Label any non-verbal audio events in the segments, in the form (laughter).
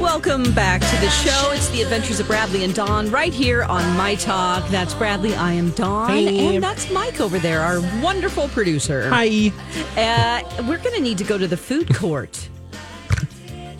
Welcome back to the show. It's the Adventures of Bradley and Dawn right here on My Talk. That's Bradley. I am Dawn. Hey. And that's Mike over there, our wonderful producer. Hi. Uh, we're going to need to go to the food court. (laughs)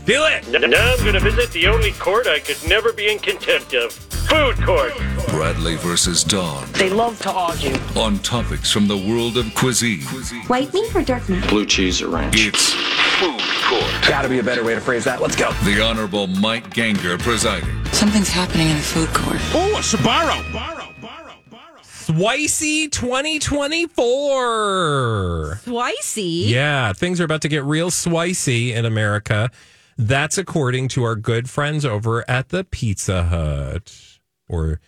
Do it! Now I'm going to visit the only court I could never be in contempt of food court. Bradley versus Dawn They love to argue. on topics from the world of cuisine. White meat or dark meat? blue cheese or ranch. It's Food Court. Gotta be a better way to phrase that. Let's go. The Honorable Mike Ganger presiding. Something's happening in the food court. Oh, a Sbarro. Borrow, borrow, borrow. Swicey 2024. Swicey. Yeah, things are about to get real swicey in America. That's according to our good friends over at the Pizza Hut. Or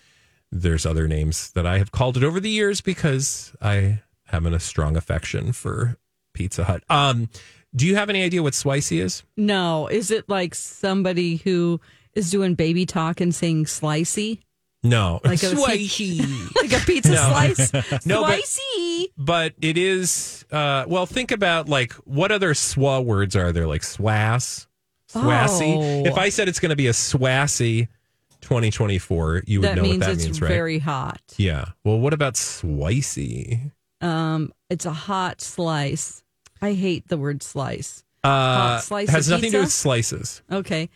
there's other names that I have called it over the years because I have an- a strong affection for Pizza Hut. Um, do you have any idea what swicey is? No, is it like somebody who is doing baby talk and saying slicey? (laughs) No. Like (laughs) a- Like a pizza No. slice? (laughs) No, but- Swicey. but it is uh well think about like what other swa words are there like swass swassy Oh. if i said it's going to be a swassy 2024 you would that know means what that it's means right very hot. yeah well what about swicy Um, it's a hot slice. I hate the word slice. uh slice has of nothing to do with pizza? slices Okay.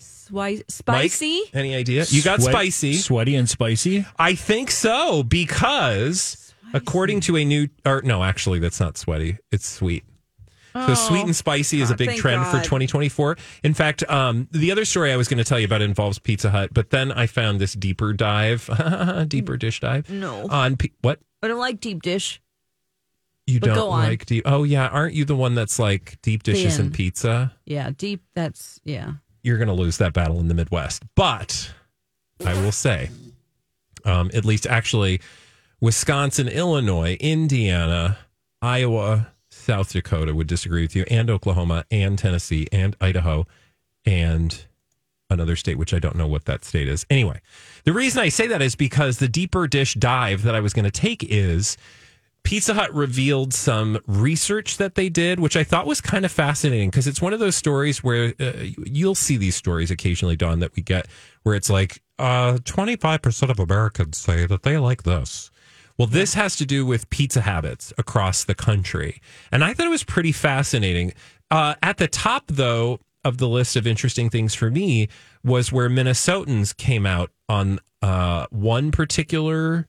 Swi- Mike, spicy? any idea you got Sweat- spicy Sweaty and spicy. i think so because according to a new or no actually that's not sweaty it's sweet So sweet and spicy is a Oh, big thank trend for God. 2024. In fact, um, the other story I was going to tell you about involves Pizza Hut, but then I found this deeper dive, (laughs) deeper dish dive. No. On P- what I don't like deep dish. you But go don't on. like deep? Oh yeah, aren't you the one that's like deep dishes Thin. and pizza? Yeah, deep. That's yeah. You're going to lose that battle in the Midwest. But I will say, um, at least actually, Wisconsin, Illinois, Indiana, Iowa, South Dakota would disagree with you, and Oklahoma, and Tennessee, and Idaho, and another state, which I don't know what that state is. Anyway, the reason I say that is because the deeper dish dive that I was going to take is. Pizza Hut revealed some research that they did, which I thought was kind of fascinating because it's one of those stories where uh, you'll see these stories occasionally, Dawn, that we get where it's like uh, 25% of Americans say that they like this. Well, this has to do with pizza habits across the country. And I thought it was pretty fascinating. Uh, at the top, though, of the list of interesting things for me was where Minnesotans came out on uh, one particular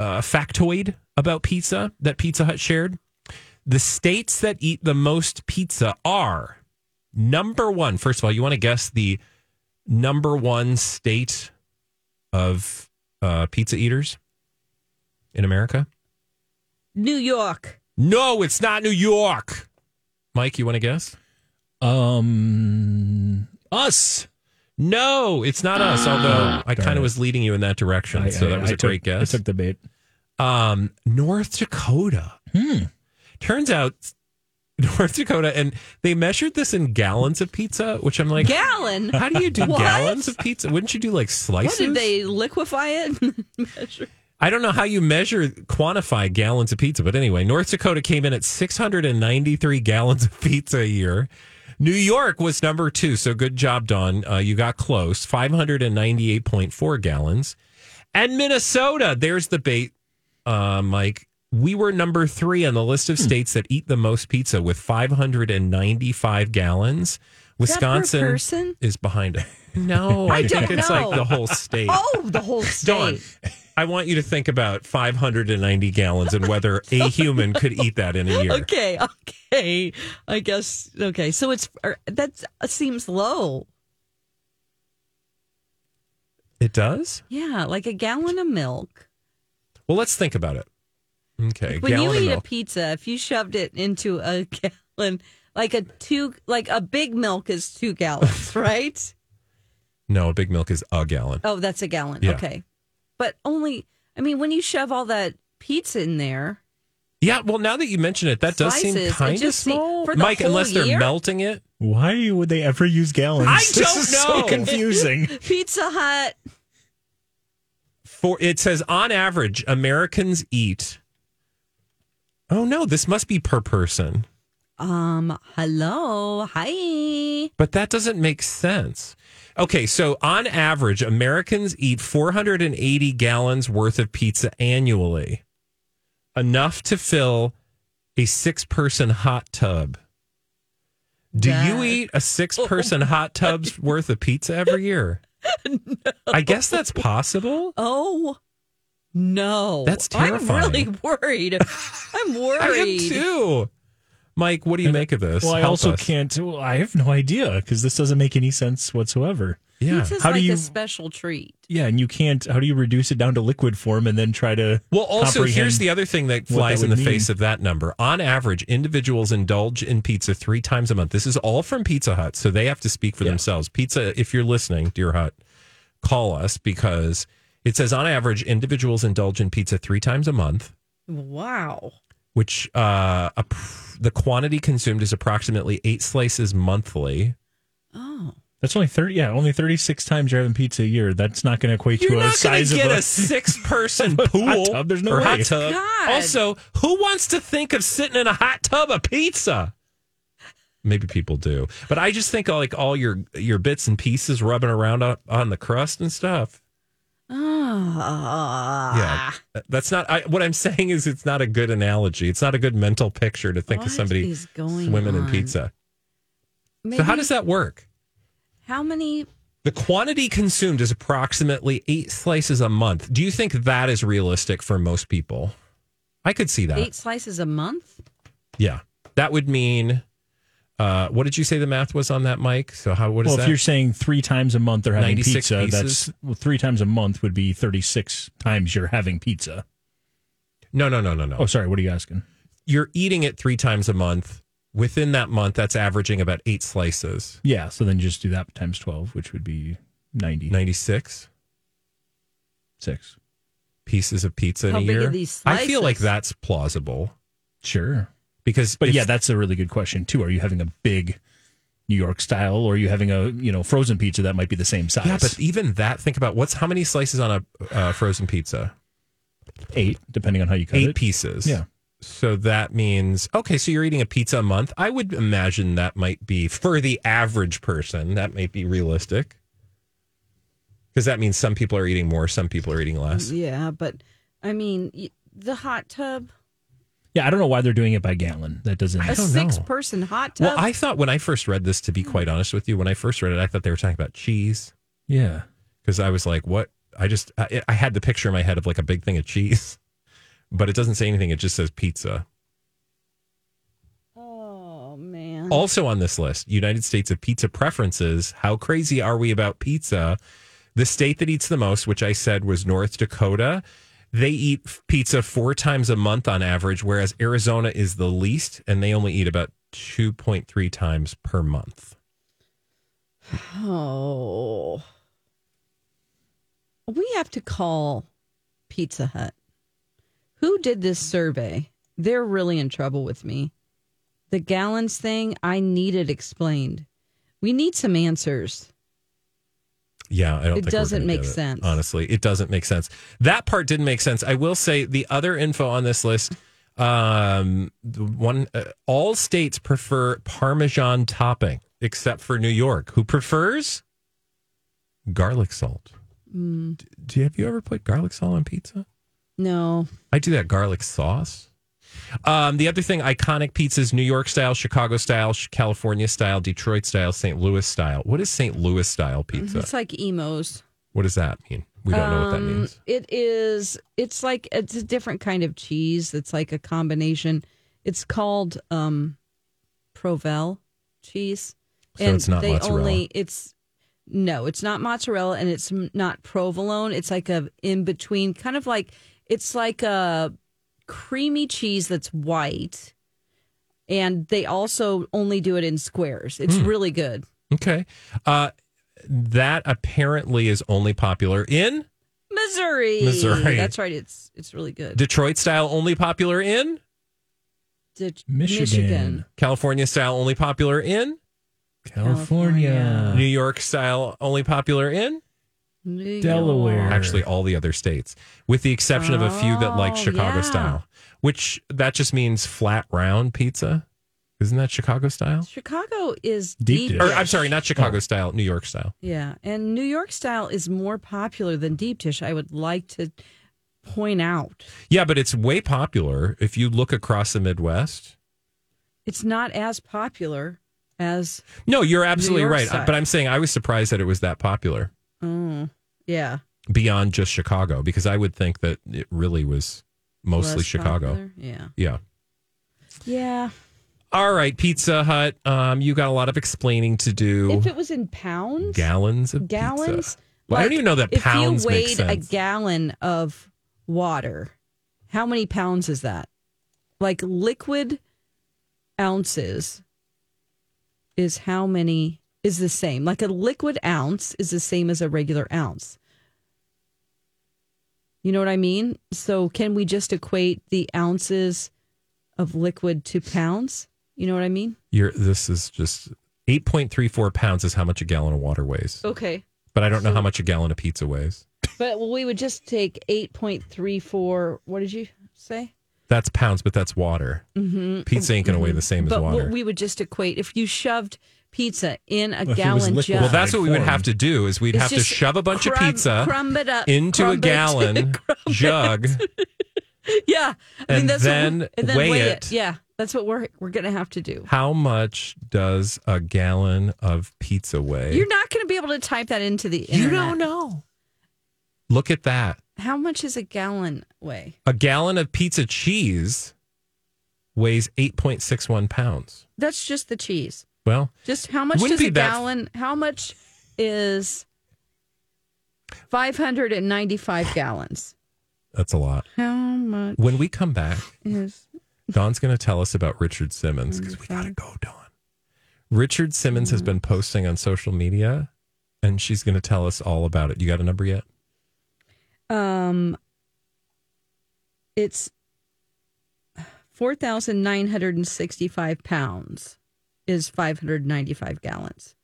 uh, factoid about pizza that Pizza Hut shared. The states that eat the most pizza are number one. First of all, you want to guess the number one state of uh, pizza eaters in America? New York. No, it's not New York. Mike, you want to guess? Um, us. No, it's not us. Although I Ah, darn kind of it. was leading you in that direction, I- so I- that was I a great took- guess. I took the bait. um, North Dakota. Hmm. Turns out (laughs) North Dakota, and they measured this in gallons of pizza, which I'm like, (laughs) Gallon. how do you (laughs) do What? gallons of pizza? Wouldn't you do like What slices? did they liquefy it? (laughs) Measure. I don't know how you measure, quantify gallons of pizza, but anyway, North Dakota came in at 693 gallons of pizza a year. New York was number two, so good job, Don. Uh, you got close, 598.4 gallons. And Minnesota, there's the bait, uh, Mike. We were number three on the list Hmm. of states that eat the most pizza with 595 gallons. that per Wisconsin person? is behind. No, (laughs) I, think don't it's know. like the whole state. Oh, the (laughs) whole Dawn, state. I want you to think about 590 gallons and whether (laughs) a human could eat that in a year. Okay, okay. I guess okay. So it's er, that seems low. It does? Yeah, like a gallon of milk. Well, let's think about it. Okay. When gallon you of eat a milk. pizza, if you shoved it into a (laughs) gallon, like a two, like a big milk is two (laughs) gallons, right? no, a big milk is a gallon. Oh, that's a gallon. Yeah. Okay. But only, I mean, when you shove all that pizza in there, (laughs) Yeah, well, now that you mention it, that does seem Slices, it kind of just seem- small. for the Mike, whole unless they're year? melting it. Why would they ever use gallons? I (laughs) this don't is know. So confusing. Pizza Hut, For It says on average, Americans eat. Oh, no, this must be per person. um, hello, hi. But that doesn't make sense. Okay, so on average, Americans eat 480 gallons worth of pizza annually, enough to fill a six person hot tub. Do you That- eat a six person hot tub's worth of pizza every year? I guess that's possible. Oh no, That's I'm terrifying. really (laughs) worried. I'm worried. (laughs) I am too. Mike, what do (laughs) you make of this? Well, I Help also us. can't. Well, I have no idea because this doesn't make any sense whatsoever. Yeah. Pizza's How do like you- a special treat. Yeah, and you can't. How do you reduce it down to liquid form and then try to? Well, also, here's comprehend- the other thing that that flies in the would face mean. of that number. On average, individuals indulge in pizza three times a month. This is all from Pizza Hut, so they have to speak for themselves. Pizza, if you're listening, Dear Hut, call us because it says on average, individuals indulge in pizza three times a month, Wow. which uh, a, the quantity consumed is approximately eight slices monthly. Oh, That's only thirty. Yeah, only thirty-six times you're having pizza a year. That's not going to equate You're to a not going size to get of a (laughs) six-person Hot pool tub, there's no or way. hot tub. God. Also, who wants to think of sitting in a hot tub of pizza? Maybe people do, but I just think like all your your bits and pieces rubbing around on, on the crust and stuff. Yeah, ah, That- that's not I, what I'm saying. Is it's not a good analogy. It's not a good mental picture to think What of somebody is going swimming in on? pizza. Maybe, So how does that work? How many? The quantity consumed is approximately eight slices a month. Do you think that is realistic for most people? I could see that. Eight slices a month. Yeah. That would mean, uh, what did you say the math was on that, Mike? So how, what is Well, if that? you're saying three times a month they're having 96 pizza, pieces? that's well, three times a month would be thirty-six times you're having pizza. no, no, no, no, no. Oh, sorry. What are you asking? You're eating it three times a month. Within that month, that's averaging about eight slices. Yeah. So then just do that times twelve, which would be ninety-six. 96 pieces of pizza How in a big are year. these I feel like slices? that's plausible Sure. because, But if- yeah, that's a really good question too. Are you having a big New York style, or are you having a you know frozen pizza that might be the same size? yeah, but even that, think about what's how many slices on a uh, frozen pizza? eight, depending on how you cut Eight it. pieces. Yeah. So that means okay. So you're eating a pizza a month. I would imagine that might be for the average person. That might be realistic because that means some people are eating more, some people are eating less. Yeah, but I mean y- the hot tub, Yeah, I don't know why they're doing it by gallon. That doesn't. a don't know. six-person hot tub. Well, I thought when I first read this, to be quite honest with you, when I first read it, I thought they were talking about cheese yeah. because I was like, what? I just I, I had the picture in my head of like a big thing of cheese, (laughs) but it doesn't say anything. It just says pizza. oh man. Also on this list, United States of pizza preferences. How crazy are we about pizza? The state that eats the most, which I said was North Dakota, they eat f- pizza four times a month on average, whereas Arizona is the least, and they only eat about 2.3 times per month. Oh. We have to call Pizza Hut. Who did this survey? They're really in trouble with me. The gallons thing, I need it explained. We need some answers. Yeah, I don't. It think we're doesn't gonna make get it, sense. Honestly, it doesn't make sense. That part didn't make sense. I will say the other info on this list. Um, the one uh, all states prefer Parmesan topping except for New York, who prefers garlic salt. Mm. D- Do you have you ever put garlic salt on pizza? No. I do that garlic sauce. Um, the other thing, iconic pizzas: New York style, Chicago style, Sh- California style, Detroit style, St. Louis style. What is St. Louis style pizza? It's like emos. What does that mean? We don't know what that means. Um, It is it's like it's a different kind of cheese. It's like a combination. It's called um Provel cheese. So it's not mozzarella. it's no, it's not mozzarella and it's m- not provolone. It's like a in between kind of like it's like a creamy cheese that's white. And they also only do it in squares. Hmm. It's really good. Okay. Uh, that apparently is only popular in Missouri. Missouri. That's right. It's it's really good. Detroit style, only popular in Det- Michigan. California style, only popular in California. Uh. New York style, only popular in New Delaware. York. actually all the other states, with the exception of a few that like Oh, Chicago yeah. style, which that just means flat round pizza. Isn't that Chicago style? Chicago is Deep deep, dish. Or I'm sorry, not Chicago style, New York style. Yeah, and New York style is more popular than deep dish. I would like to point out Yeah, but it's way popular if you look across the Midwest. it's not as popular as No, you're absolutely York right. style. But I'm saying I was surprised that it was that popular oh yeah beyond just Chicago because I would think that it really was mostly less Chicago. popular. Yeah, Yeah. yeah. All right, Pizza Hut. Um, you got a lot of explaining to do. If it was in pounds, gallons of pizza. gallons. Well, I don't like, even know that if pounds you make weighed a sense. gallon of water, how many pounds is that? Like liquid ounces is how many is the same. Like a liquid ounce is the same as a regular ounce. You know what I mean? So can we just equate the ounces of liquid to pounds? You know what I mean? You're, this is just 8.34 pounds is how much a gallon of water weighs. Okay. But I don't know how much a gallon of pizza weighs. But we would just take 8.34. What did you say? That's pounds, but that's water. Mm-hmm. Pizza ain't going to weigh the same as But water. what we would just equate if you shoved pizza in a Well, if it was gallon liquid. jug. well, that's what we would Form. have to do is we'd It's have to just shove a bunch of crumb- pizza crumb it up, into crumb a it to- (laughs) gallon jug. yeah. I mean, and that's what we- then and then weigh weigh, it. it. Yeah, that's what we're we're gonna have to do. How much does a gallon of pizza weigh? You're not gonna be able to type that into the. You Internet. don't know. Look at that. how much is a gallon weigh. A gallon of pizza cheese weighs 8.61 pounds. That's just the cheese. Well, Just how much Wouldn't does be a that- gallon? How much is five hundred and ninety-five gallons? that's (laughs) a lot. How much When we come back, is Dawn's going to tell us about Richard Simmons because we got to go, Dawn. Richard Simmons Mm. has been posting on social media and she's going to tell us all about it. You got a number yet? um it's 4965 pounds is 595 gallons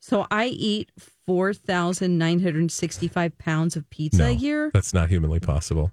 so i eat 4965 pounds of pizza a year That's not humanly possible.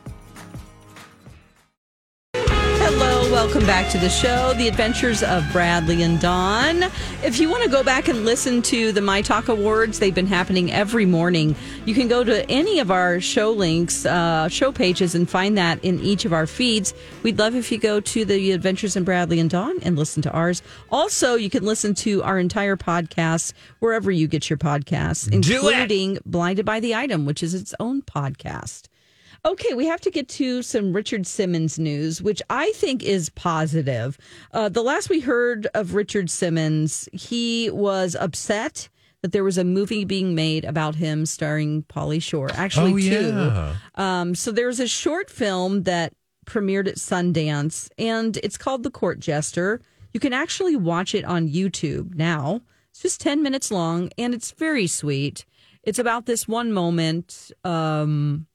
Hello, welcome back to the show, The Adventures of Bradley and Dawn. If you want to go back and listen to the My Talk Awards, they've been happening every morning. You can go to any of our show links, uh, show pages, and find that in each of our feeds. We'd love if you go to The Adventures in Bradley and Dawn and listen to ours. Also, you can listen to our entire podcast wherever you get your podcasts, it. including Blinded by the Item, which is its own podcast. Okay, we have to get to some Richard Simmons news, which I think is positive. Uh, the last we heard of Richard Simmons, he was upset that there was a movie being made about him starring Pauly Shore. Actually, two. Um, so there's a short film that premiered at Sundance, and it's called The Court Jester. You can actually watch it on YouTube now. It's just 10 minutes long, and it's very sweet. It's about this one moment. Um,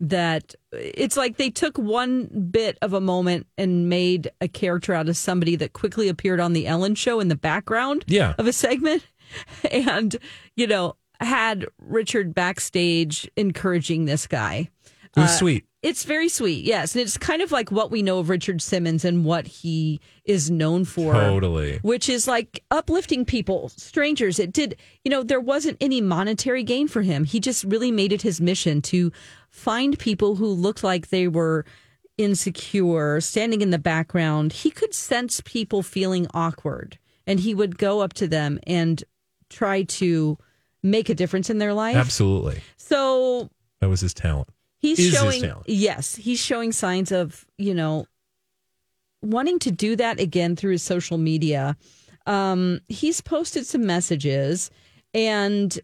that it's like they took one bit of a moment and made a character out of somebody that quickly appeared on the Ellen show in the background Yeah. of a segment (laughs) and you know had Richard backstage encouraging this guy. It was sweet. It's very sweet. Yes, and it's kind of like what we know of Richard Simmons and what he is known for Totally. which is like uplifting people, strangers. It did, you know, there wasn't any monetary gain for him. He just really made it his mission to find people who looked like they were insecure, standing in the background, he could sense people feeling awkward and he would go up to them and try to make a difference in their life. Absolutely. So That was his talent. he's Is his showing talent. yes, he's showing signs of, you know, wanting to do that again through his social media. Um he's posted some messages and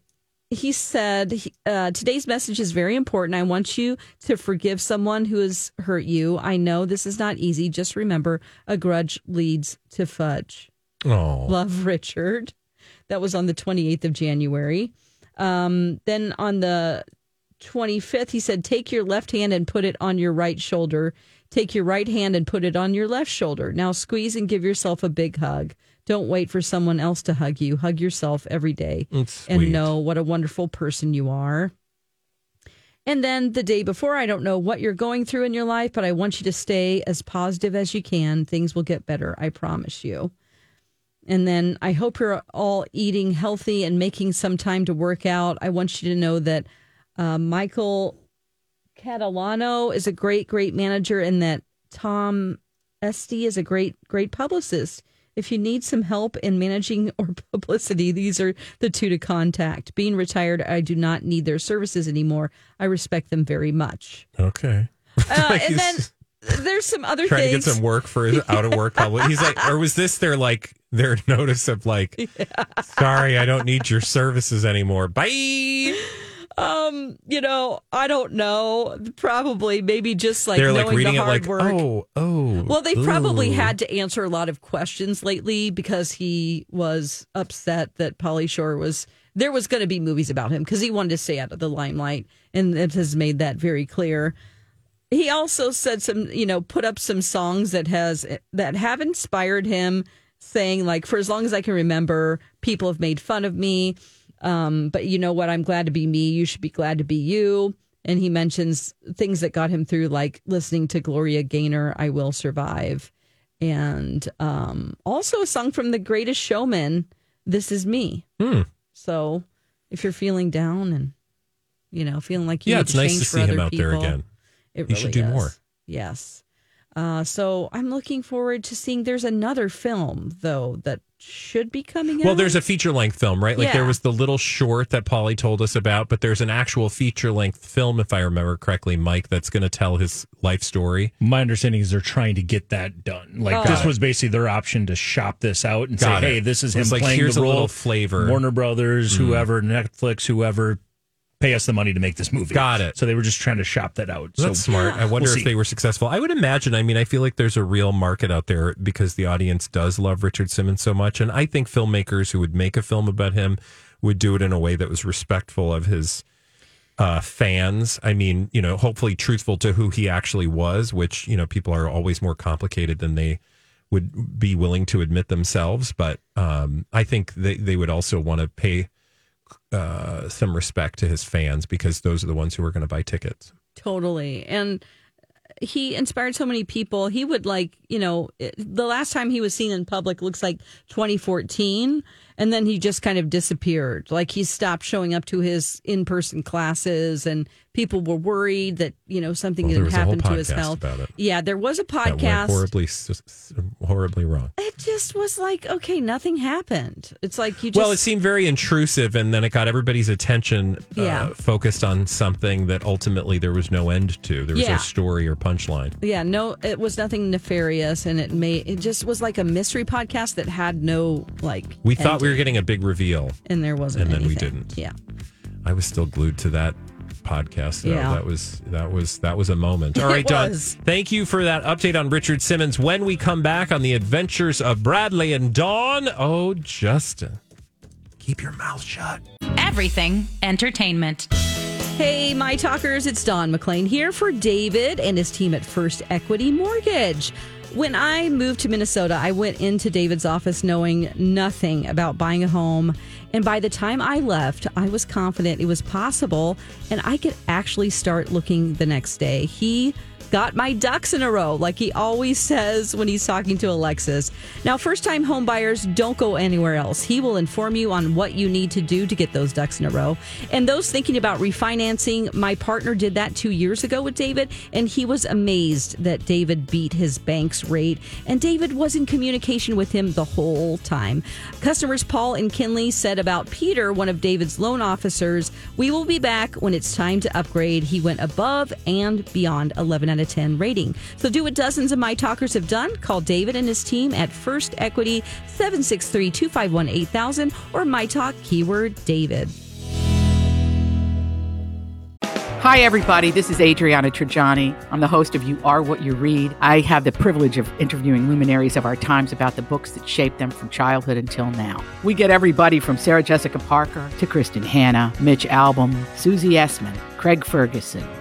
he said he- uh, today's message is very important i want you to forgive someone who has hurt you i know this is not easy just remember a grudge leads to fudge Oh, love richard that was on the 28th of january um, then on the 25th he said take your left hand and put it on your right shoulder take your right hand and put it on your left shoulder now squeeze and give yourself a big hug don't wait for someone else to hug you hug yourself every day that's sweet. and know what a wonderful person you are. And then the day before, I don't know what you're going through in your life, but I want you to stay as positive as you can. Things will get better, I promise you. And then I hope you're all eating healthy and making some time to work out. I want you to know that uh, Michael Catalano is a great, great manager and that Tom Esty is a great, great publicist. If you need some help in managing (laughs) or publicity, these are the two to contact. Being retired, I do not need their services anymore. I respect them very (laughs) much. Okay. Uh, Like and then he's there's some other trying to things. get some work for his out of work public. He's like, or was this their like their (laughs) notice of like, sorry, I don't need your services anymore. Bye. um, you know, I don't know. Probably, maybe just like They're knowing like reading the it hard like, work. oh, oh. Well, they probably ooh. had to answer a lot of questions lately because he was upset that Polly Shore was there was going to be movies about him because he wanted to stay out of the limelight, and it has made that very clear. He also said some, you know, put up some songs that has that have inspired him, saying like, for as long as I can remember, people have made fun of me, um, but you know what? I'm glad to be me. You should be glad to be you. And he mentions things that got him through, like listening to Gloria Gaynor, I Will Survive. And um, also a song from The Greatest Showman, This Is Me. Hmm. So if you're feeling down and, you know, feeling like you Yeah, need it's to nice change to for see him other out there people, again. It He really should do is. more. Yes. Uh, so I'm looking forward to seeing. There's another film, though, that should be coming out. Well, there's a feature length film, right? Like there Yeah. was the little short that Polly told us about, but there's an actual feature length film, if I remember correctly, Mike, that's going to tell his life story. My understanding is they're trying to get that done. Like Oh. this Got was basically their option to shop this out and Got say, it. "Hey, this is him It's like, playing here's the a role." little flavor. Mm. Warner Brothers, whoever, Netflix, whoever, pay us the money to make this movie. Got it. So they were just trying to shop that out. That's so smart. I wonder We'll if see. they were successful. I would imagine. I mean, I feel like there's a real market out there because the audience does love Richard Simmons so much. And I think filmmakers who would make a film about him would do it in a way that was respectful of his uh, fans. I mean, you know, hopefully truthful to who he actually was, which, you know, people are always more complicated than they would be willing to admit themselves. But um, I think they, they would also want to pay uh, some respect to his fans because those are the ones who are going to buy tickets. Totally. And he inspired so many people. He would like, you know, it, the last time he was seen in public looks like 2014. And then he just kind of disappeared. Like he stopped showing up to his in person classes, and people were worried that, you know, something Well, had there was a whole happened to his podcast health. about it. Yeah, there was a that went podcast. horribly s- s- horribly wrong. It just was like, okay, nothing happened. It's like you just. well, it seemed very intrusive, and then it got everybody's attention uh, Yeah. focused on something that ultimately there was no end to. There was Yeah. no story or punchline. yeah, no, it was nothing nefarious, and it made it just was like a mystery podcast that had no like. We thought we ending. were getting a big reveal. and there wasn't. And then we anything. didn't. Yeah. I was still glued to that podcast though. Yeah. That was that was that was a (laughs) moment. All It right, Don. was. Thank you for that update on Richard Simmons. When we come back on the adventures of Bradley and Dawn, oh Justin. Keep your mouth shut. Everything entertainment. Hey, my talkers, it's Don McLean here for David and his team at First Equity Mortgage. When I moved to Minnesota, I went into David's office knowing nothing about buying a home. And by the time I left, I was confident it was possible and I could actually start looking the next day. He Got my ducks in a row, like he always says when he's talking to Alexis. Now, first time home buyers, don't go anywhere else. He will inform you on what you need to do to get those ducks in a row. And those thinking about refinancing, my partner did that two years ago with David, and he was amazed that David beat his bank's rate. And David was in communication with him the whole time. Customers Paul and Kinley said about Peter, one of David's loan officers, we will be back when it's time to upgrade. He went above and beyond 11 out of 10 rating. So do what dozens of my talkers have done. Call David and his team at First Equity 763 251 8000 or my talk keyword David. Hi, everybody. This is Adriana Trajani. I'm the host of You Are What You Read. I have the privilege of interviewing luminaries of our times about the books that shaped them from childhood until now. We get everybody from Sarah Jessica Parker to Kristen Hanna, Mitch Albom, Susie Essman, Craig Ferguson,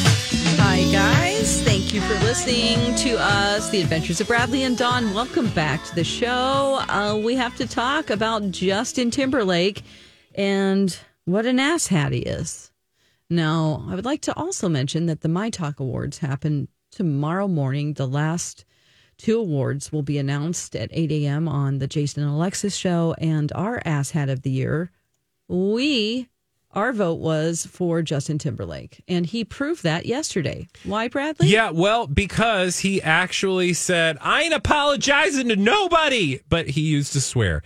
Hi guys, thank you for listening to us, The Adventures of Bradley and Dawn. Welcome back to the show. Uh, we have to talk about Justin Timberlake and what an asshat he is. Now, I would like to also mention that the My Talk Awards happen tomorrow morning. The last two awards will be announced at 8 a.m. on the Jason and Alexis show. And our asshat of the year, we, our vote was for Justin Timberlake. And he proved that yesterday. Why, Bradley? Yeah, well, because he actually said, I ain't apologizing to nobody, but he used to swear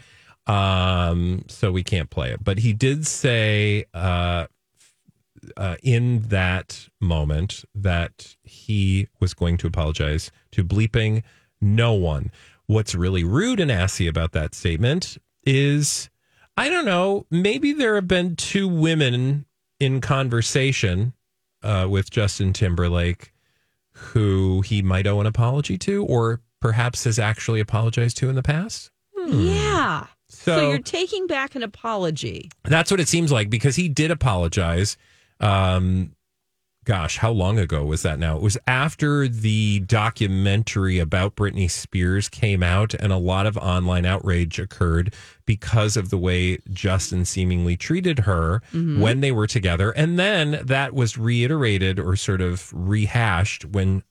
um so we can't play it but he did say uh, uh, in that moment that he was going to apologize to bleeping no one what's really rude and assy about that statement is i don't know maybe there have been two women in conversation uh, with justin timberlake who he might owe an apology to or perhaps has actually apologized to in the past Hmm. Yeah. So, So- you're taking back an apology. That's what it seems like because he did apologize. Um, gosh, how long ago was that now? It was after the documentary about Britney Spears came out, and a lot of online outrage occurred because of the way Justin seemingly treated her Mm-hmm. when they were together. And then that was reiterated or sort of rehashed when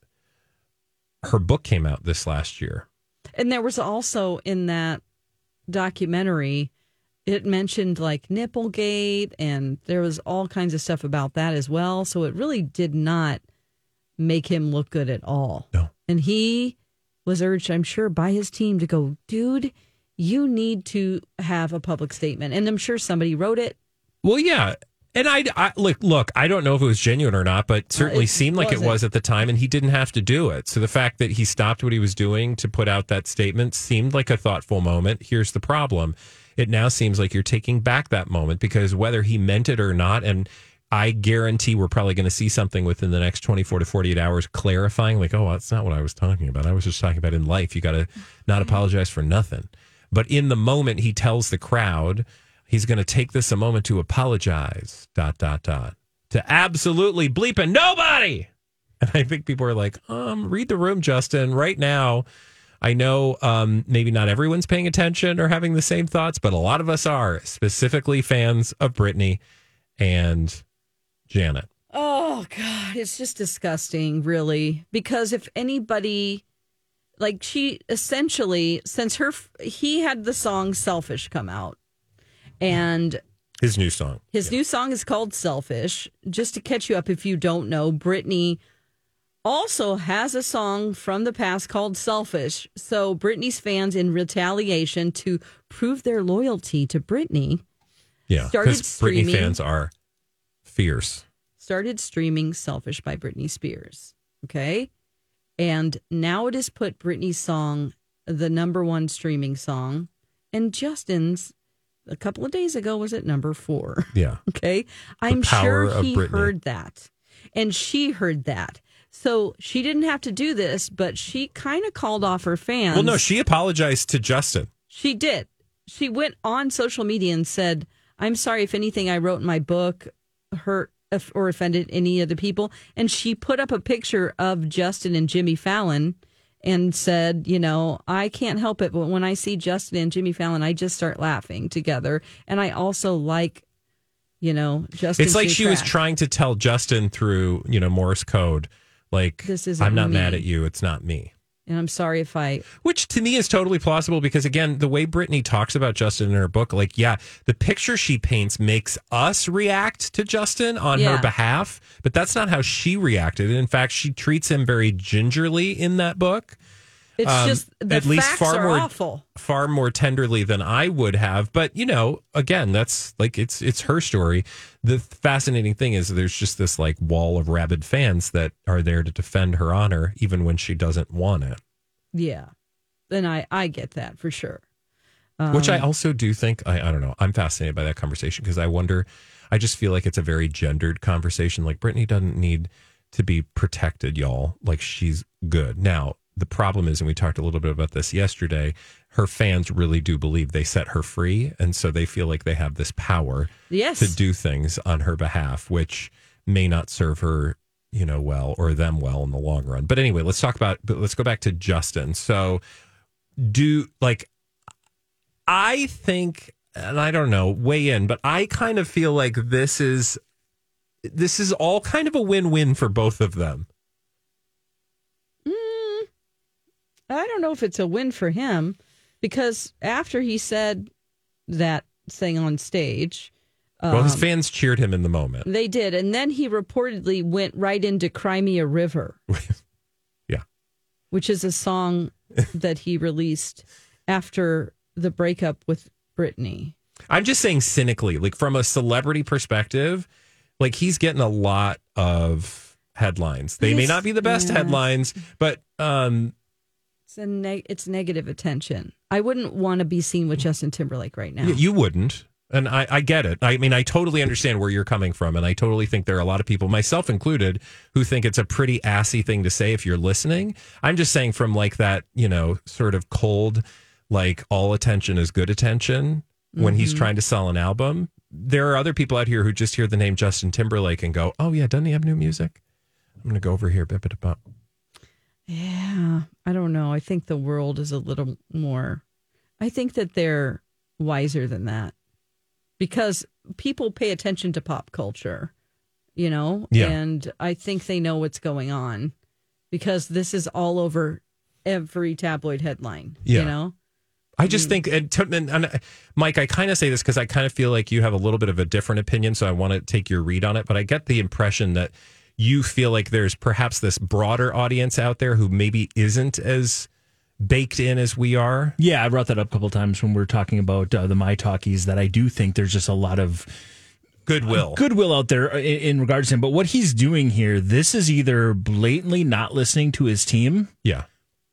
her book came out this last year. And there was also in that documentary, it mentioned like Nipplegate, and there was all kinds of stuff about that as well. So it really did not make him look good at all. No. And he was urged, I'm sure, by his team to go, dude, you need to have a public statement. And I'm sure somebody wrote it. Well, yeah. And I, I look, look, I don't know if it was genuine or not, but certainly it seemed like it wasn't. was at the time, and he didn't have to do it. So the fact that he stopped what he was doing to put out that statement seemed like a thoughtful moment. Here's the problem. It now seems like you're taking back that moment because whether he meant it or not, and I guarantee we're probably going to see something within the next 24 to 48 hours clarifying, like, oh, that's not what I was talking about. I was just talking about in life, you got to not apologize for nothing. But in the moment, he tells the crowd, he's going to take this a moment to apologize, dot, dot, dot, to absolutely bleeping nobody. And I think people are like, um, read the room, Justin, right now. I know um, maybe not everyone's paying attention or having the same thoughts, but a lot of us are, specifically fans of Britney and Janet. Oh God, it's just disgusting, really. Because if anybody, like she essentially, since her, f- he had the song "Selfish" come out, and His new song. his new song is called "Selfish." Just to catch you up, if you don't know, Britney also has a song from the past called "Selfish." So Britney's fans, in retaliation to prove their loyalty to Britney, Yeah. started Because Britney streaming. fans are Fierce. started streaming Selfish by Britney Spears. Okay. And now it has put Britney's song, the number one streaming song, and Justin's a couple of days ago was at number four. (laughs) Yeah. Okay. I'm power sure of he Britney. heard that. And she heard that. So she didn't have to do this, but she kind of called off her fans. Well, no, she apologized to Justin. She did. She went on social media and said, "I'm sorry if anything I wrote in my book hurt if- or offended any of the people." And she put up a picture of Justin and Jimmy Fallon and said, "You know, I can't help it, but when I see Justin and Jimmy Fallon, I just start laughing together, and I also like, you know, Justin." it's like she was trying. trying to tell Justin through, you know, Morse code, like, This isn't I'm not me. mad at you. It's not me. And I'm sorry if I Which to me is totally plausible because, again, the way Brittany talks about Justin in her book, like, yeah, the picture she paints makes us react to Justin on Yeah. her behalf, but that's not how she reacted. In fact, she treats him very gingerly in that book. It's Um, just the at least facts far are more awful. far more tenderly than I would have. But you know, again, that's like it's it's her story. The fascinating thing is there's just this like wall of rabid fans that are there to defend her honor even when she doesn't want it. Yeah, then I I get that for sure. Which I Um, also do think I I don't know. I'm fascinated by that conversation because I wonder I just feel like it's a very gendered conversation. Like Brittany doesn't need to be protected, y'all. Like she's good. Now, the problem is, and we talked a little bit about this yesterday, her fans really do believe they set her free. And so they feel like they have this power Yes. to do things on her behalf, which may not serve her, you know, well or them well in the long run. But anyway, let's talk about, but let's go back to Justin. So do like, I think, and I don't know, weigh in, but I kind of feel like this is this is all kind of a win-win for both of them. I don't know if it's a win for him because after he said that thing on stage, well, his um, fans cheered him in the moment. they did. And then he reportedly went right into Crimea River. Yeah. Which is a song that he released after the breakup with Britney. I'm just saying cynically, like from a celebrity perspective, like he's getting a lot of headlines. They may Yes. not be the best Yeah. headlines, but um It's a neg- it's negative attention. I wouldn't want to be seen with Justin Timberlake right now. y- you wouldn't. And I, I get it. I mean, I totally understand where you're coming from. And I totally think there are a lot of people, myself included, who think it's a pretty assy thing to say if you're listening. I'm just saying from like that, you know, sort of cold, like all attention is good attention when he's Mhm. trying to sell an album. There are other people out here who just hear the name Justin Timberlake and go, oh, yeah, doesn't he have new music? I'm going to go over here. bip, bip, bop. Yeah, I don't know. I think the world is a little more. I think that they're wiser than that because people pay attention to pop culture, you know? Yeah. And I think they know what's going on because this is all over every tabloid headline, Yeah. you know? I just think, and, to- and, and Mike, I kind of say this because I kind of feel like you have a little bit of a different opinion, so I want to take your read on it. But I get the impression that you feel like there's perhaps this broader audience out there who maybe isn't as baked in as we are. Yeah, I brought that up a couple times when we were talking about uh, the My Talkies. That I do think there's just a lot of Goodwill. goodwill out there uh, in, in regards to him. But what he's doing here, this is either blatantly not listening to his team, Yeah.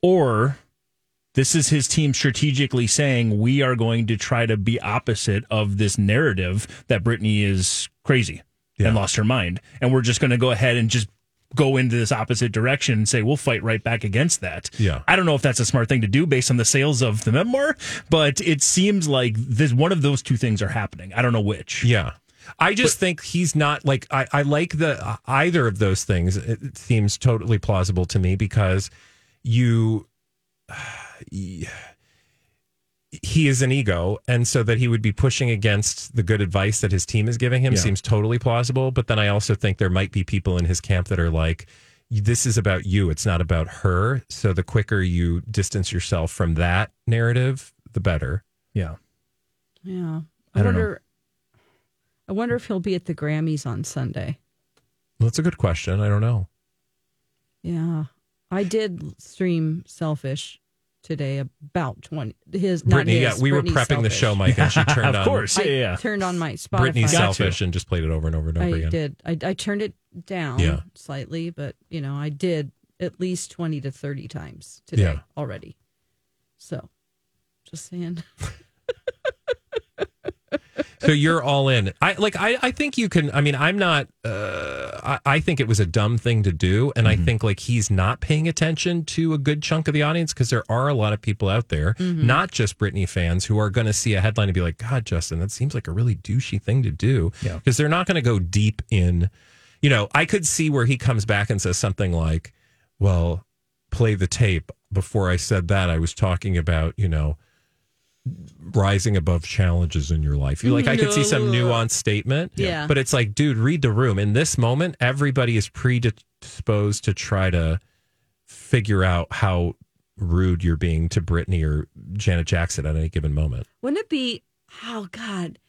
or this is his team strategically saying we are going to try to be opposite of this narrative that Brittany is crazy and lost her mind, and we're just going to go ahead and just go into this opposite direction and say we'll fight right back against that. Yeah. I don't know if that's a smart thing to do based on the sales of the memoir, but it seems like this one of those two things are happening. I don't know which. Yeah. I just think he's not like I, I like the either of those things. It it seems totally plausible to me because you (sighs) he is an ego, and so that he would be pushing against the good advice that his team is giving him Yeah. seems totally plausible. But then I also think there might be people in his camp that are like, "This is about you; it's not about her." So the quicker you distance yourself from that narrative, the better. Yeah. Yeah. I don't know. wonder I wonder if he'll be at the Grammys on Sunday. Well, that's a good question. I don't know. Yeah. I did stream Selfish today about 20 his not Brittany, his, yeah, we were Brittany's prepping the selfish. show, Mike, (laughs) and (laughs) she turned Of on. course, I yeah, yeah. turned on my Spotify. Brittany's selfish and just played it over and over and over I again. did. I, I turned it down Yeah. slightly, but you know, I did at least 20 to 30 times today Yeah. already. So, just saying. (laughs) So you're all in. I like. I, I think you can. I mean, I'm not. Uh, I, I think it was a dumb thing to do, and I think like he's not paying attention to a good chunk of the audience because there are a lot of people out there, Mhm. Mm-hmm. not just Britney fans, who are going to see a headline and be like, "God, Justin, that seems like a really douchey thing to do," Yeah. because they're not going to go deep in. You know, I could see where he comes back and says something like, "Well, play the tape." Before I said that, I was talking about you know rising above challenges in your life. You like I could see some No. nuanced statement. Yeah. But it's like, dude, read the room. In this moment, everybody is predisposed to try to figure out how rude you're being to Britney or Janet Jackson at any given moment. Wouldn't it be, oh God,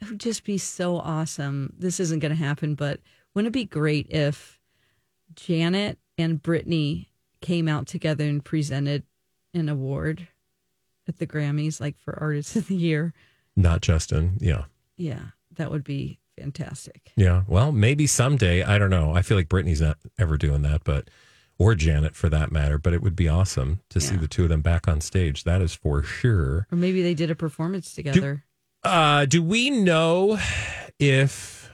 it would just be so awesome. This isn't going to happen, but wouldn't it be great if Janet and Brittany came out together and presented an award at the Grammys, like for Artist of the Year? Not Justin. Yeah. Yeah, that would be fantastic. Yeah. Well, maybe someday. I don't know. I feel like Britney's not ever doing that, but or Janet for that matter, but it would be awesome to see the two of them back on stage. That is for sure. Or maybe they did a performance together. Uh, do we know if,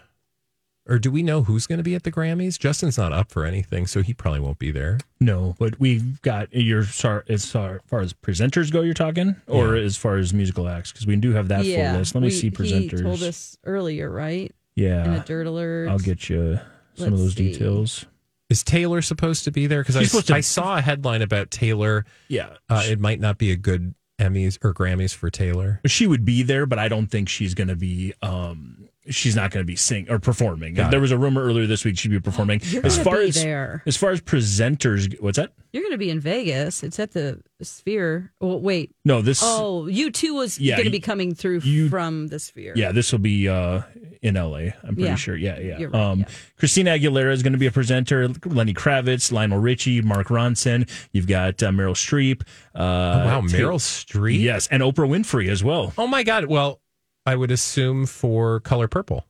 or do we know who's going to be at the Grammys? Justin's not up for anything, so he probably won't be there. No, but we've got your sar- as far, far as presenters go. You're talking, or as far as musical acts, because we do have that full list. Let me we- see presenters. He told us earlier, right? Yeah. In a dirt alert. I'll get you some of Let's those see. details. Is Taylor supposed to be there? Because I, She's supposed to- I saw a headline about Taylor. Yeah. Uh, it might not be a good Emmys or Grammys for Taylor. She would be there, but I don't think she's going to be. um She's not going to be sing or performing. Got there it. was a rumor earlier this week she'd be performing. You're as gonna far be as there. as far as presenters, what's that? You're going to be in Vegas. It's at the Sphere. Oh, wait. No, this. Oh, you too was Yeah, going to you- be coming through from the Sphere. Yeah, this will be uh, in LA. I'm pretty Yeah. sure. Yeah, yeah. You're right, um, Christina Aguilera is going to be a presenter. Lenny Kravitz, Lionel Richie, Mark Ronson. You've got uh, Meryl Streep. Uh, Oh, wow, Ta- Meryl Streep? Yes, and Oprah Winfrey as well. Oh my God. Well, I would assume for Color Purple.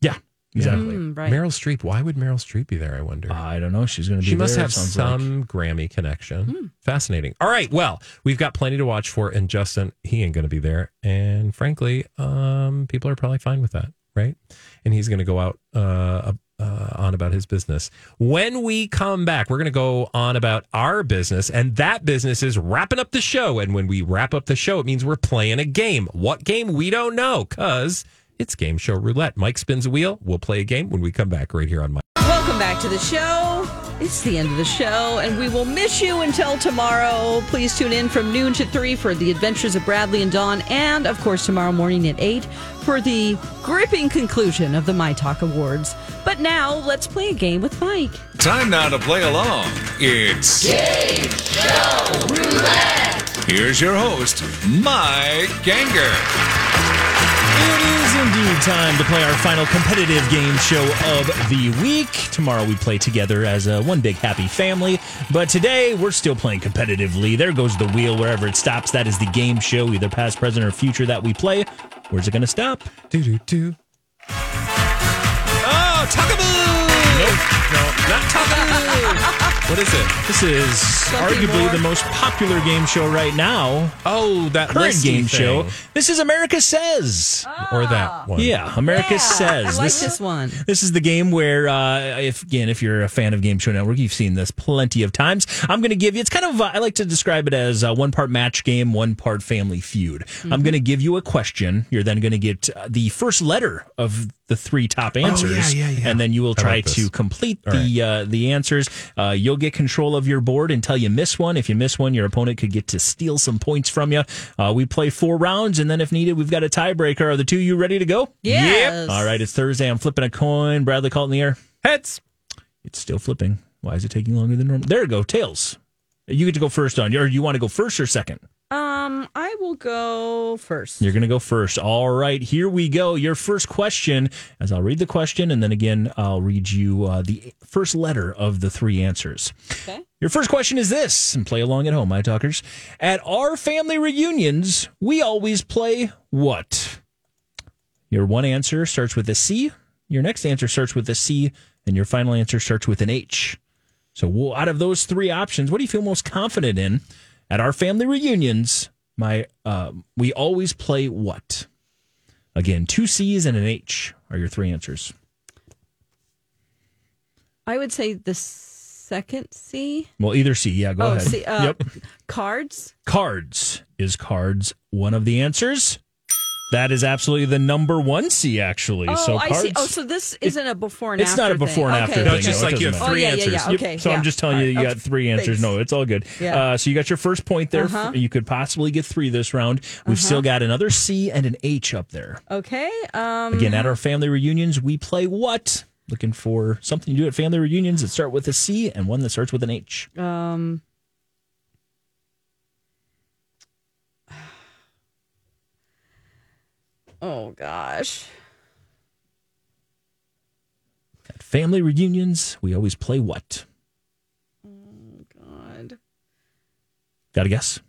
Yeah, exactly. Mm, right. Meryl Streep. Why would Meryl Streep be there? I wonder. I don't know. She's going to be. She must there, have it sounds like. some Grammy connection. Fascinating. All right. Well, we've got plenty to watch for, and Justin, he ain't going to be there. And frankly, um, people are probably fine with that, right? And he's going to go out uh, uh, on about his business. When we come back, we're going to go on about our business, and that business is wrapping up the show. And when we wrap up the show, it means we're playing a game. What game? We don't know because it's game show roulette. Mike spins a wheel. We'll play a game when we come back right here on Mike. Welcome back to the show. It's the end of the show, and we will miss you until tomorrow. Please tune in from noon to three for the adventures of Bradley and Dawn, and of course, tomorrow morning at eight for the gripping conclusion of the My Talk Awards. But now, let's play a game with Mike. Time now to play along. It's Game Show Roulette. Here's your host, Mike Ganger. It is indeed time to play our final competitive game show of the week. Tomorrow we play together as a one big happy family, but today we're still playing competitively. There goes the wheel wherever it stops. That is the game show, either past, present, or future that we play. Where's it going to stop? Do do do. Oh, Tuckaboo! Nope, no, not Tuckaboo. (laughs) What is it? This is Something arguably more? the most popular game show right now. Oh, that current listy game show. thing. This is America Says, or that one. Yeah, America Says. I like This- this one. This is the game where, uh, if again, if you're a fan of Game Show Network, you've seen this plenty of times. I'm going to give you. It's kind of. Uh, I like to describe it as uh, one part match game, one part family feud. Mm-hmm. I'm going to give you a question. You're then going to get uh, the first letter of the three top answers, Oh, yeah, yeah. and then you will I try like this. to complete All the uh, the answers. Uh, you'll get control of your board until you miss one. If you miss one, your opponent could get to steal some points from you. Uh, we play four rounds, and then if needed, we've got a tiebreaker. Are the two you ready to go? Yes. All right, it's Thursday. I'm flipping a coin. Bradley caught in the air. Heads. It's still flipping. Why is it taking longer than normal? There you go. Tails. You get to go first on. Or you want to go first or second? Um, I will go first. You're going to go first. All right, here we go. Your first question, as I'll read the question, and then again, I'll read you uh, the first letter of the three answers. Okay. Your first question is this, and play along at home, my talkers. At our family reunions, we always play what? Your one answer starts with a C, your next answer starts with a C, and your final answer starts with an H. So, well, out of those three options, what do you feel most confident in? At our family reunions, my uh, we always play what? Again, two C's and an H are your three answers. I would say the second C. Well, either C, yeah, go oh, ahead. C, uh, yep. Cards. Cards is cards one of the answers. That is absolutely the number one C, actually. Oh, so I cards, see. Oh, so this isn't a before and it's after. not a thing. before and after Okay. thing. just no, it like you have doesn't three Oh, yeah, matter. yeah, answers. yeah, okay, So yeah. I'm just telling All you, right, you got okay, three answers. thanks. No, it's all good. Yeah. Uh, so you got your first point there. Uh-huh. You could possibly get three this round. We've still got another C and an H up there. Okay. Um, Again, at our family reunions, we play what? Looking for something to do at family reunions that start with a C and one that starts with an H. Um, oh gosh. At family reunions, we always play what? God. Got to guess?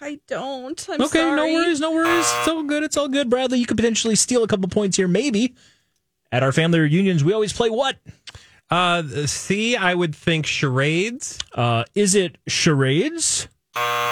I don't. I'm okay, no sorry. worries, no worries. It's all good. It's all good, Bradley. You could potentially steal a couple points here, maybe. At our family reunions, we always play what? Uh, C, I would think charades. Uh, is it charades?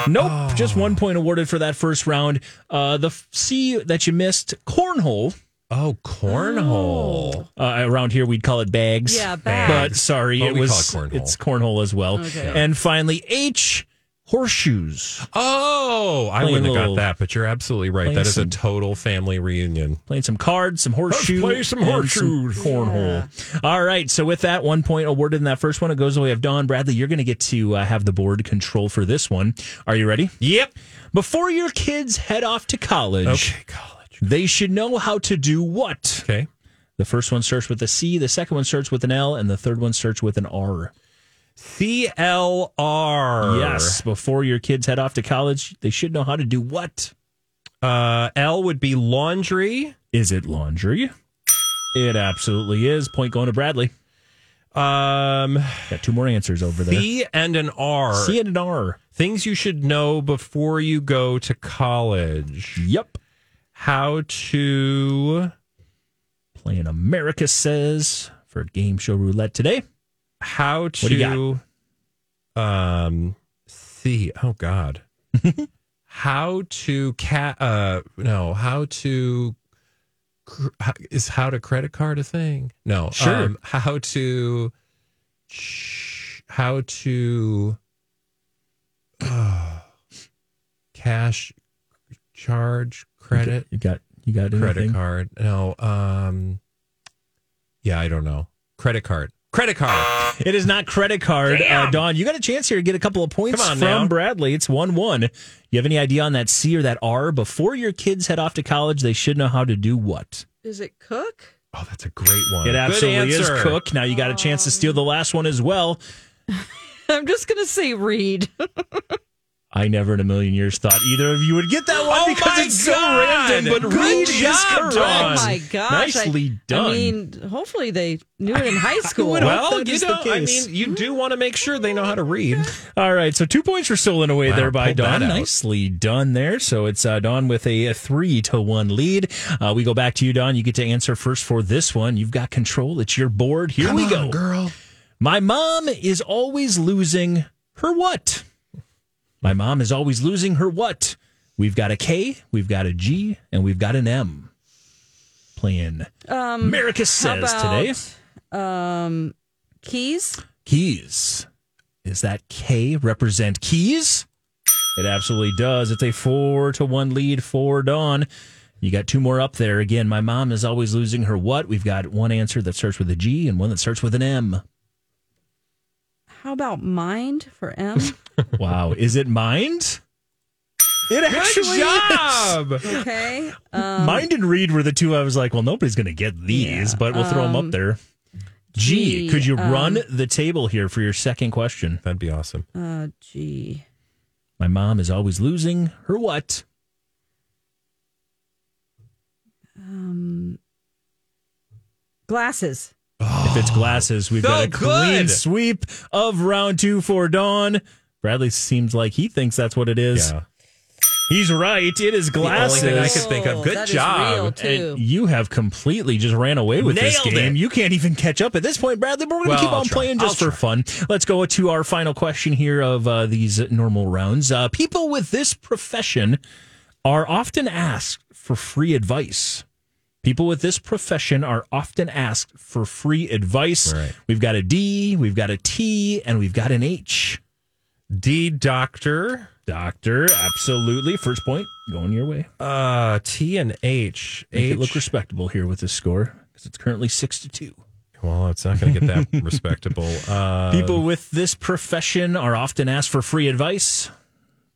Nope. Oh. Just one point awarded for that first round. Uh, the f- C that you missed, cornhole. Oh, cornhole. Uh, around here, we'd call it bags. Yeah, bags. But sorry, But it we was call it cornhole. it's cornhole as well. Okay. And finally, H, horseshoes. Oh, I Playing wouldn't have got little- that, but you're absolutely right. playing That is a some- total family reunion. Playing some cards, some horseshoes. play some horseshoes. cornhole. All right. So, with that, one point awarded in that first one, it goes away of Don. Bradley, you're going to get to uh, have the board control for this one. Are you ready? Yep. Before your kids head off to college, Okay, college. they should know how to do what? Okay. The first one starts with a C, the second one starts with an L, and the third one starts with an R. CLR. Yes. Before your kids head off to college, they should know how to do what? Uh, L would be laundry. Is it laundry? It absolutely is. Point going to Bradley. Um, Got two more answers over there. C and an R. C and an R. Things you should know before you go to college. Yep. How to Playing America Says for Game Show Roulette today. how to do you um see oh (laughs) god how to cat uh no how to cr- how- is how to credit card a thing no um, Sure. how to ch- how to uh, cash charge credit You got you got credit anything? card no um yeah i don't know credit card credit card It is not credit card. Uh, Damn. Don, you got a chance here to get a couple of points Come on from now. Bradley. It's 1 1. You have any idea on that C or that R? Before your kids head off to college, they should know how to do what? Is it cook? (laughs) Oh, that's a great one. It Good absolutely is answer. Cook. Now you got a chance to steal the last one as well. I'm just gonna say read. I never in a million years thought either of you would get that one Oh because my it's God! so random. But Good read job, is correct. Don. Oh my gosh! Nicely I, done. I mean, hopefully they knew it (laughs) in high school. would hope Well, that you is the know, I case. mean, you do want to make sure they know how to read. All right, so two points were stolen away Wow, there by pulled that Don. out. Nicely done there. So it's uh, Don with a, a three to one lead. Uh, we go back to you, Don. You get to answer first for this one. You've got control. It's your board. Here we go. girl. My mom is always losing her what? My mom is always losing her what? We've got a K, we've got a G, and we've got an M. Playing um, America how Says today. about, Um, keys. Keys. Is that K represent keys? It absolutely does. It's a four to one lead for Dawn. You got two more up there. Again, my mom is always losing her what? We've got one answer that starts with a G and one that starts with an M. How about mind for (laughs) M? Wow. is it mind? It actually Good (laughs) job. is. Okay. Um, Mind and read were the two I was like, well, nobody's going to get these, Yeah, but we'll throw them up um, there. Gee, could you um, run the table here for your second question? That'd be awesome. Uh, gee. My mom is always losing her what? Um, glasses. if it's glasses, we've So got a clean good. sweep of round two for Dawn. Bradley seems like he thinks that's what it is. Yeah. He's right. It is The only glasses. thing I could Oh, think of. Good That is job. real, too. you have completely just ran away with this Nailed it. game. You can't even catch up at this point, Bradley. But we're going Well, to keep I'll on try. playing just I'll for fun. Let's go to our final question here of uh, these normal rounds. Uh, people with this profession are often asked for free advice. People with this profession are often asked for free advice. We've got a D, we've got a T, and we've got an H. D, doctor. Doctor, absolutely. First point going your way. Uh, T and H. Make H. it look respectable here with this score because it's currently six to two. Well, it's not going to get (laughs) that respectable. Uh, People with this profession are often asked for free advice.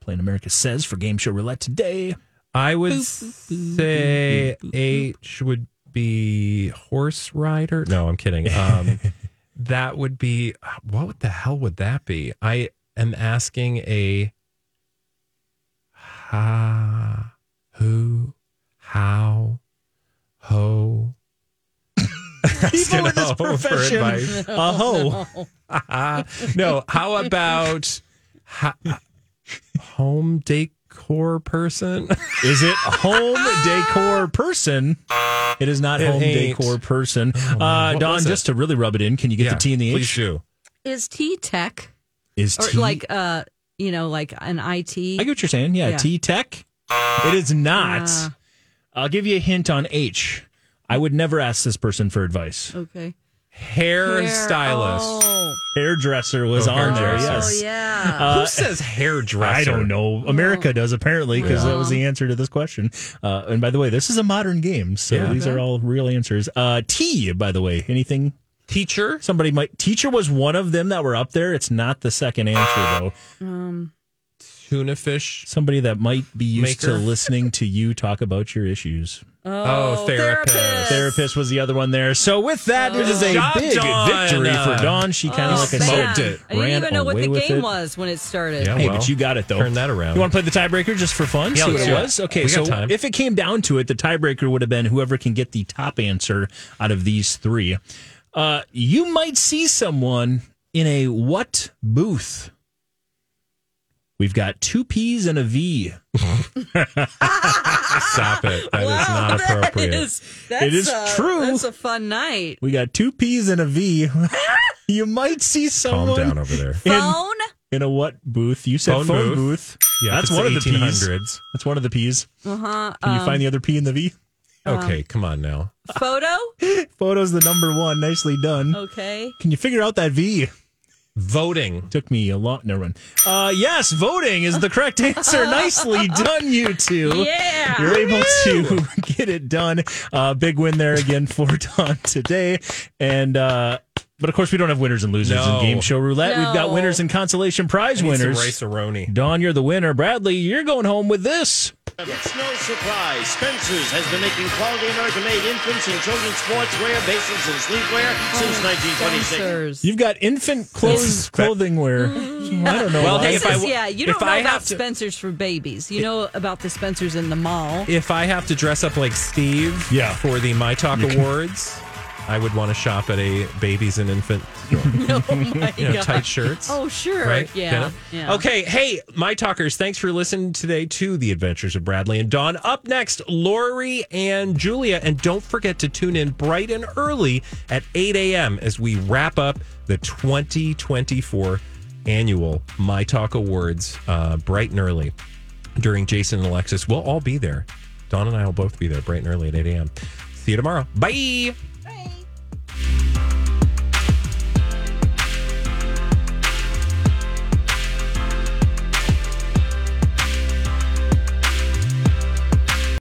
Plain America says for Game Show Roulette today. I would say H would be horse rider. No, I'm kidding. Um, (laughs) that would be what would the hell would that be? I am asking a ha, who, how, ho. (laughs) People with this profession. (laughs) A hoe. No. no, how about ha, home decor person? (laughs) Is it home decor person? It is not It home ain't. Oh, decor person. man. uh, What Don, was it? just to really rub it in, can you get Yeah, the T and the please H? do. Is T tech Is or T? like uh you know like an IT? I get what you're saying. Yeah, Yeah. T Tech. It is not. Ah. I'll give you a hint on H. I would never ask this person for advice. okay. Hair, Hair- stylist. Oh, Hairdresser was Oh, on there. hairdresser. Yes. oh, yeah. (laughs) Uh, Who says hairdresser? I don't know. America does apparently because Yeah. that was the answer to this question. Uh, and by the way, this is a modern game, so Yeah. these are all real answers. Uh, T, by the way, anything? Teacher? Somebody might. Teacher was one of them that were up there. It's not the second Ah. answer though. um, Tuna fish? Somebody that might be used to Maker? listening to you talk about your issues. oh, Oh, therapist. therapist. Therapist was the other one there. So with that, it is a Job big done. victory for Dawn. She kind of Oh, like I man. said, smoked it. I didn't ran even know what away the with game it. was when it started. Yeah. Hey, well, but you got it though. turn that around. You want to play the tiebreaker just for fun? Yeah, See what let's it do it. was. Okay, We so got time. if it came down to it, the tiebreaker would have been whoever can get the top answer out of these three. Uh, you might see someone in a what booth? We've got two P's and a V. (laughs) Stop it. That is not appropriate. That is, that's It is a, true. That's a fun night. We got two P's and a V. (laughs) you might see Calm someone down over there. in, Phone. in a what booth? You said Phone phone, booth. booth. Yeah, if that's it's one of the P's. 1800s. That's one of the P's. Uh huh. Can you find the other P in the V? Okay, come on now. um, (laughs) photo? Photo's the number one. Nicely done. Okay. Can you figure out that V? Voting. Took me a long. No run. Uh, yes, voting is the (laughs) correct answer. Nicely done, you two. Yeah. You're able to (laughs) get it done. Uh, big win there again for Don today. And, uh, but of course, we don't have winners and losers No. in game show roulette. We've got No. winners and consolation prize winners. Riceroni. Don, you're the winner. Bradley, you're going home with this. It's no surprise. Spencer's has been making quality American-made infants and children's sportswear, basics, and sleepwear since (laughs) 1926. Sensors. You've got infant clothes clothing wear. Mm. I don't know. Well, why. hey, This if I is, w- yeah, you if don't know I about have to- Spencer's for babies. You know about the Spencer's in the (laughs) mall. (laughs) If I have to dress up like Steve Yeah. for the My Talk You can- Awards, I would want to shop at a babies and infant store. oh (laughs) my You know, God. tight shirts. Oh, sure. Right? Yeah. yeah. Okay. Hey, my talkers, thanks for listening today to The Adventures of Bradley and Dawn. Up next, Lori and Julia. And don't forget to tune in bright and early at 8 a.m. as we wrap up the 2024 annual My Talk Awards uh, bright and early during Jason and Alexis. We'll all be there. Dawn and I will both be there bright and early at 8 a.m. See you tomorrow. Bye.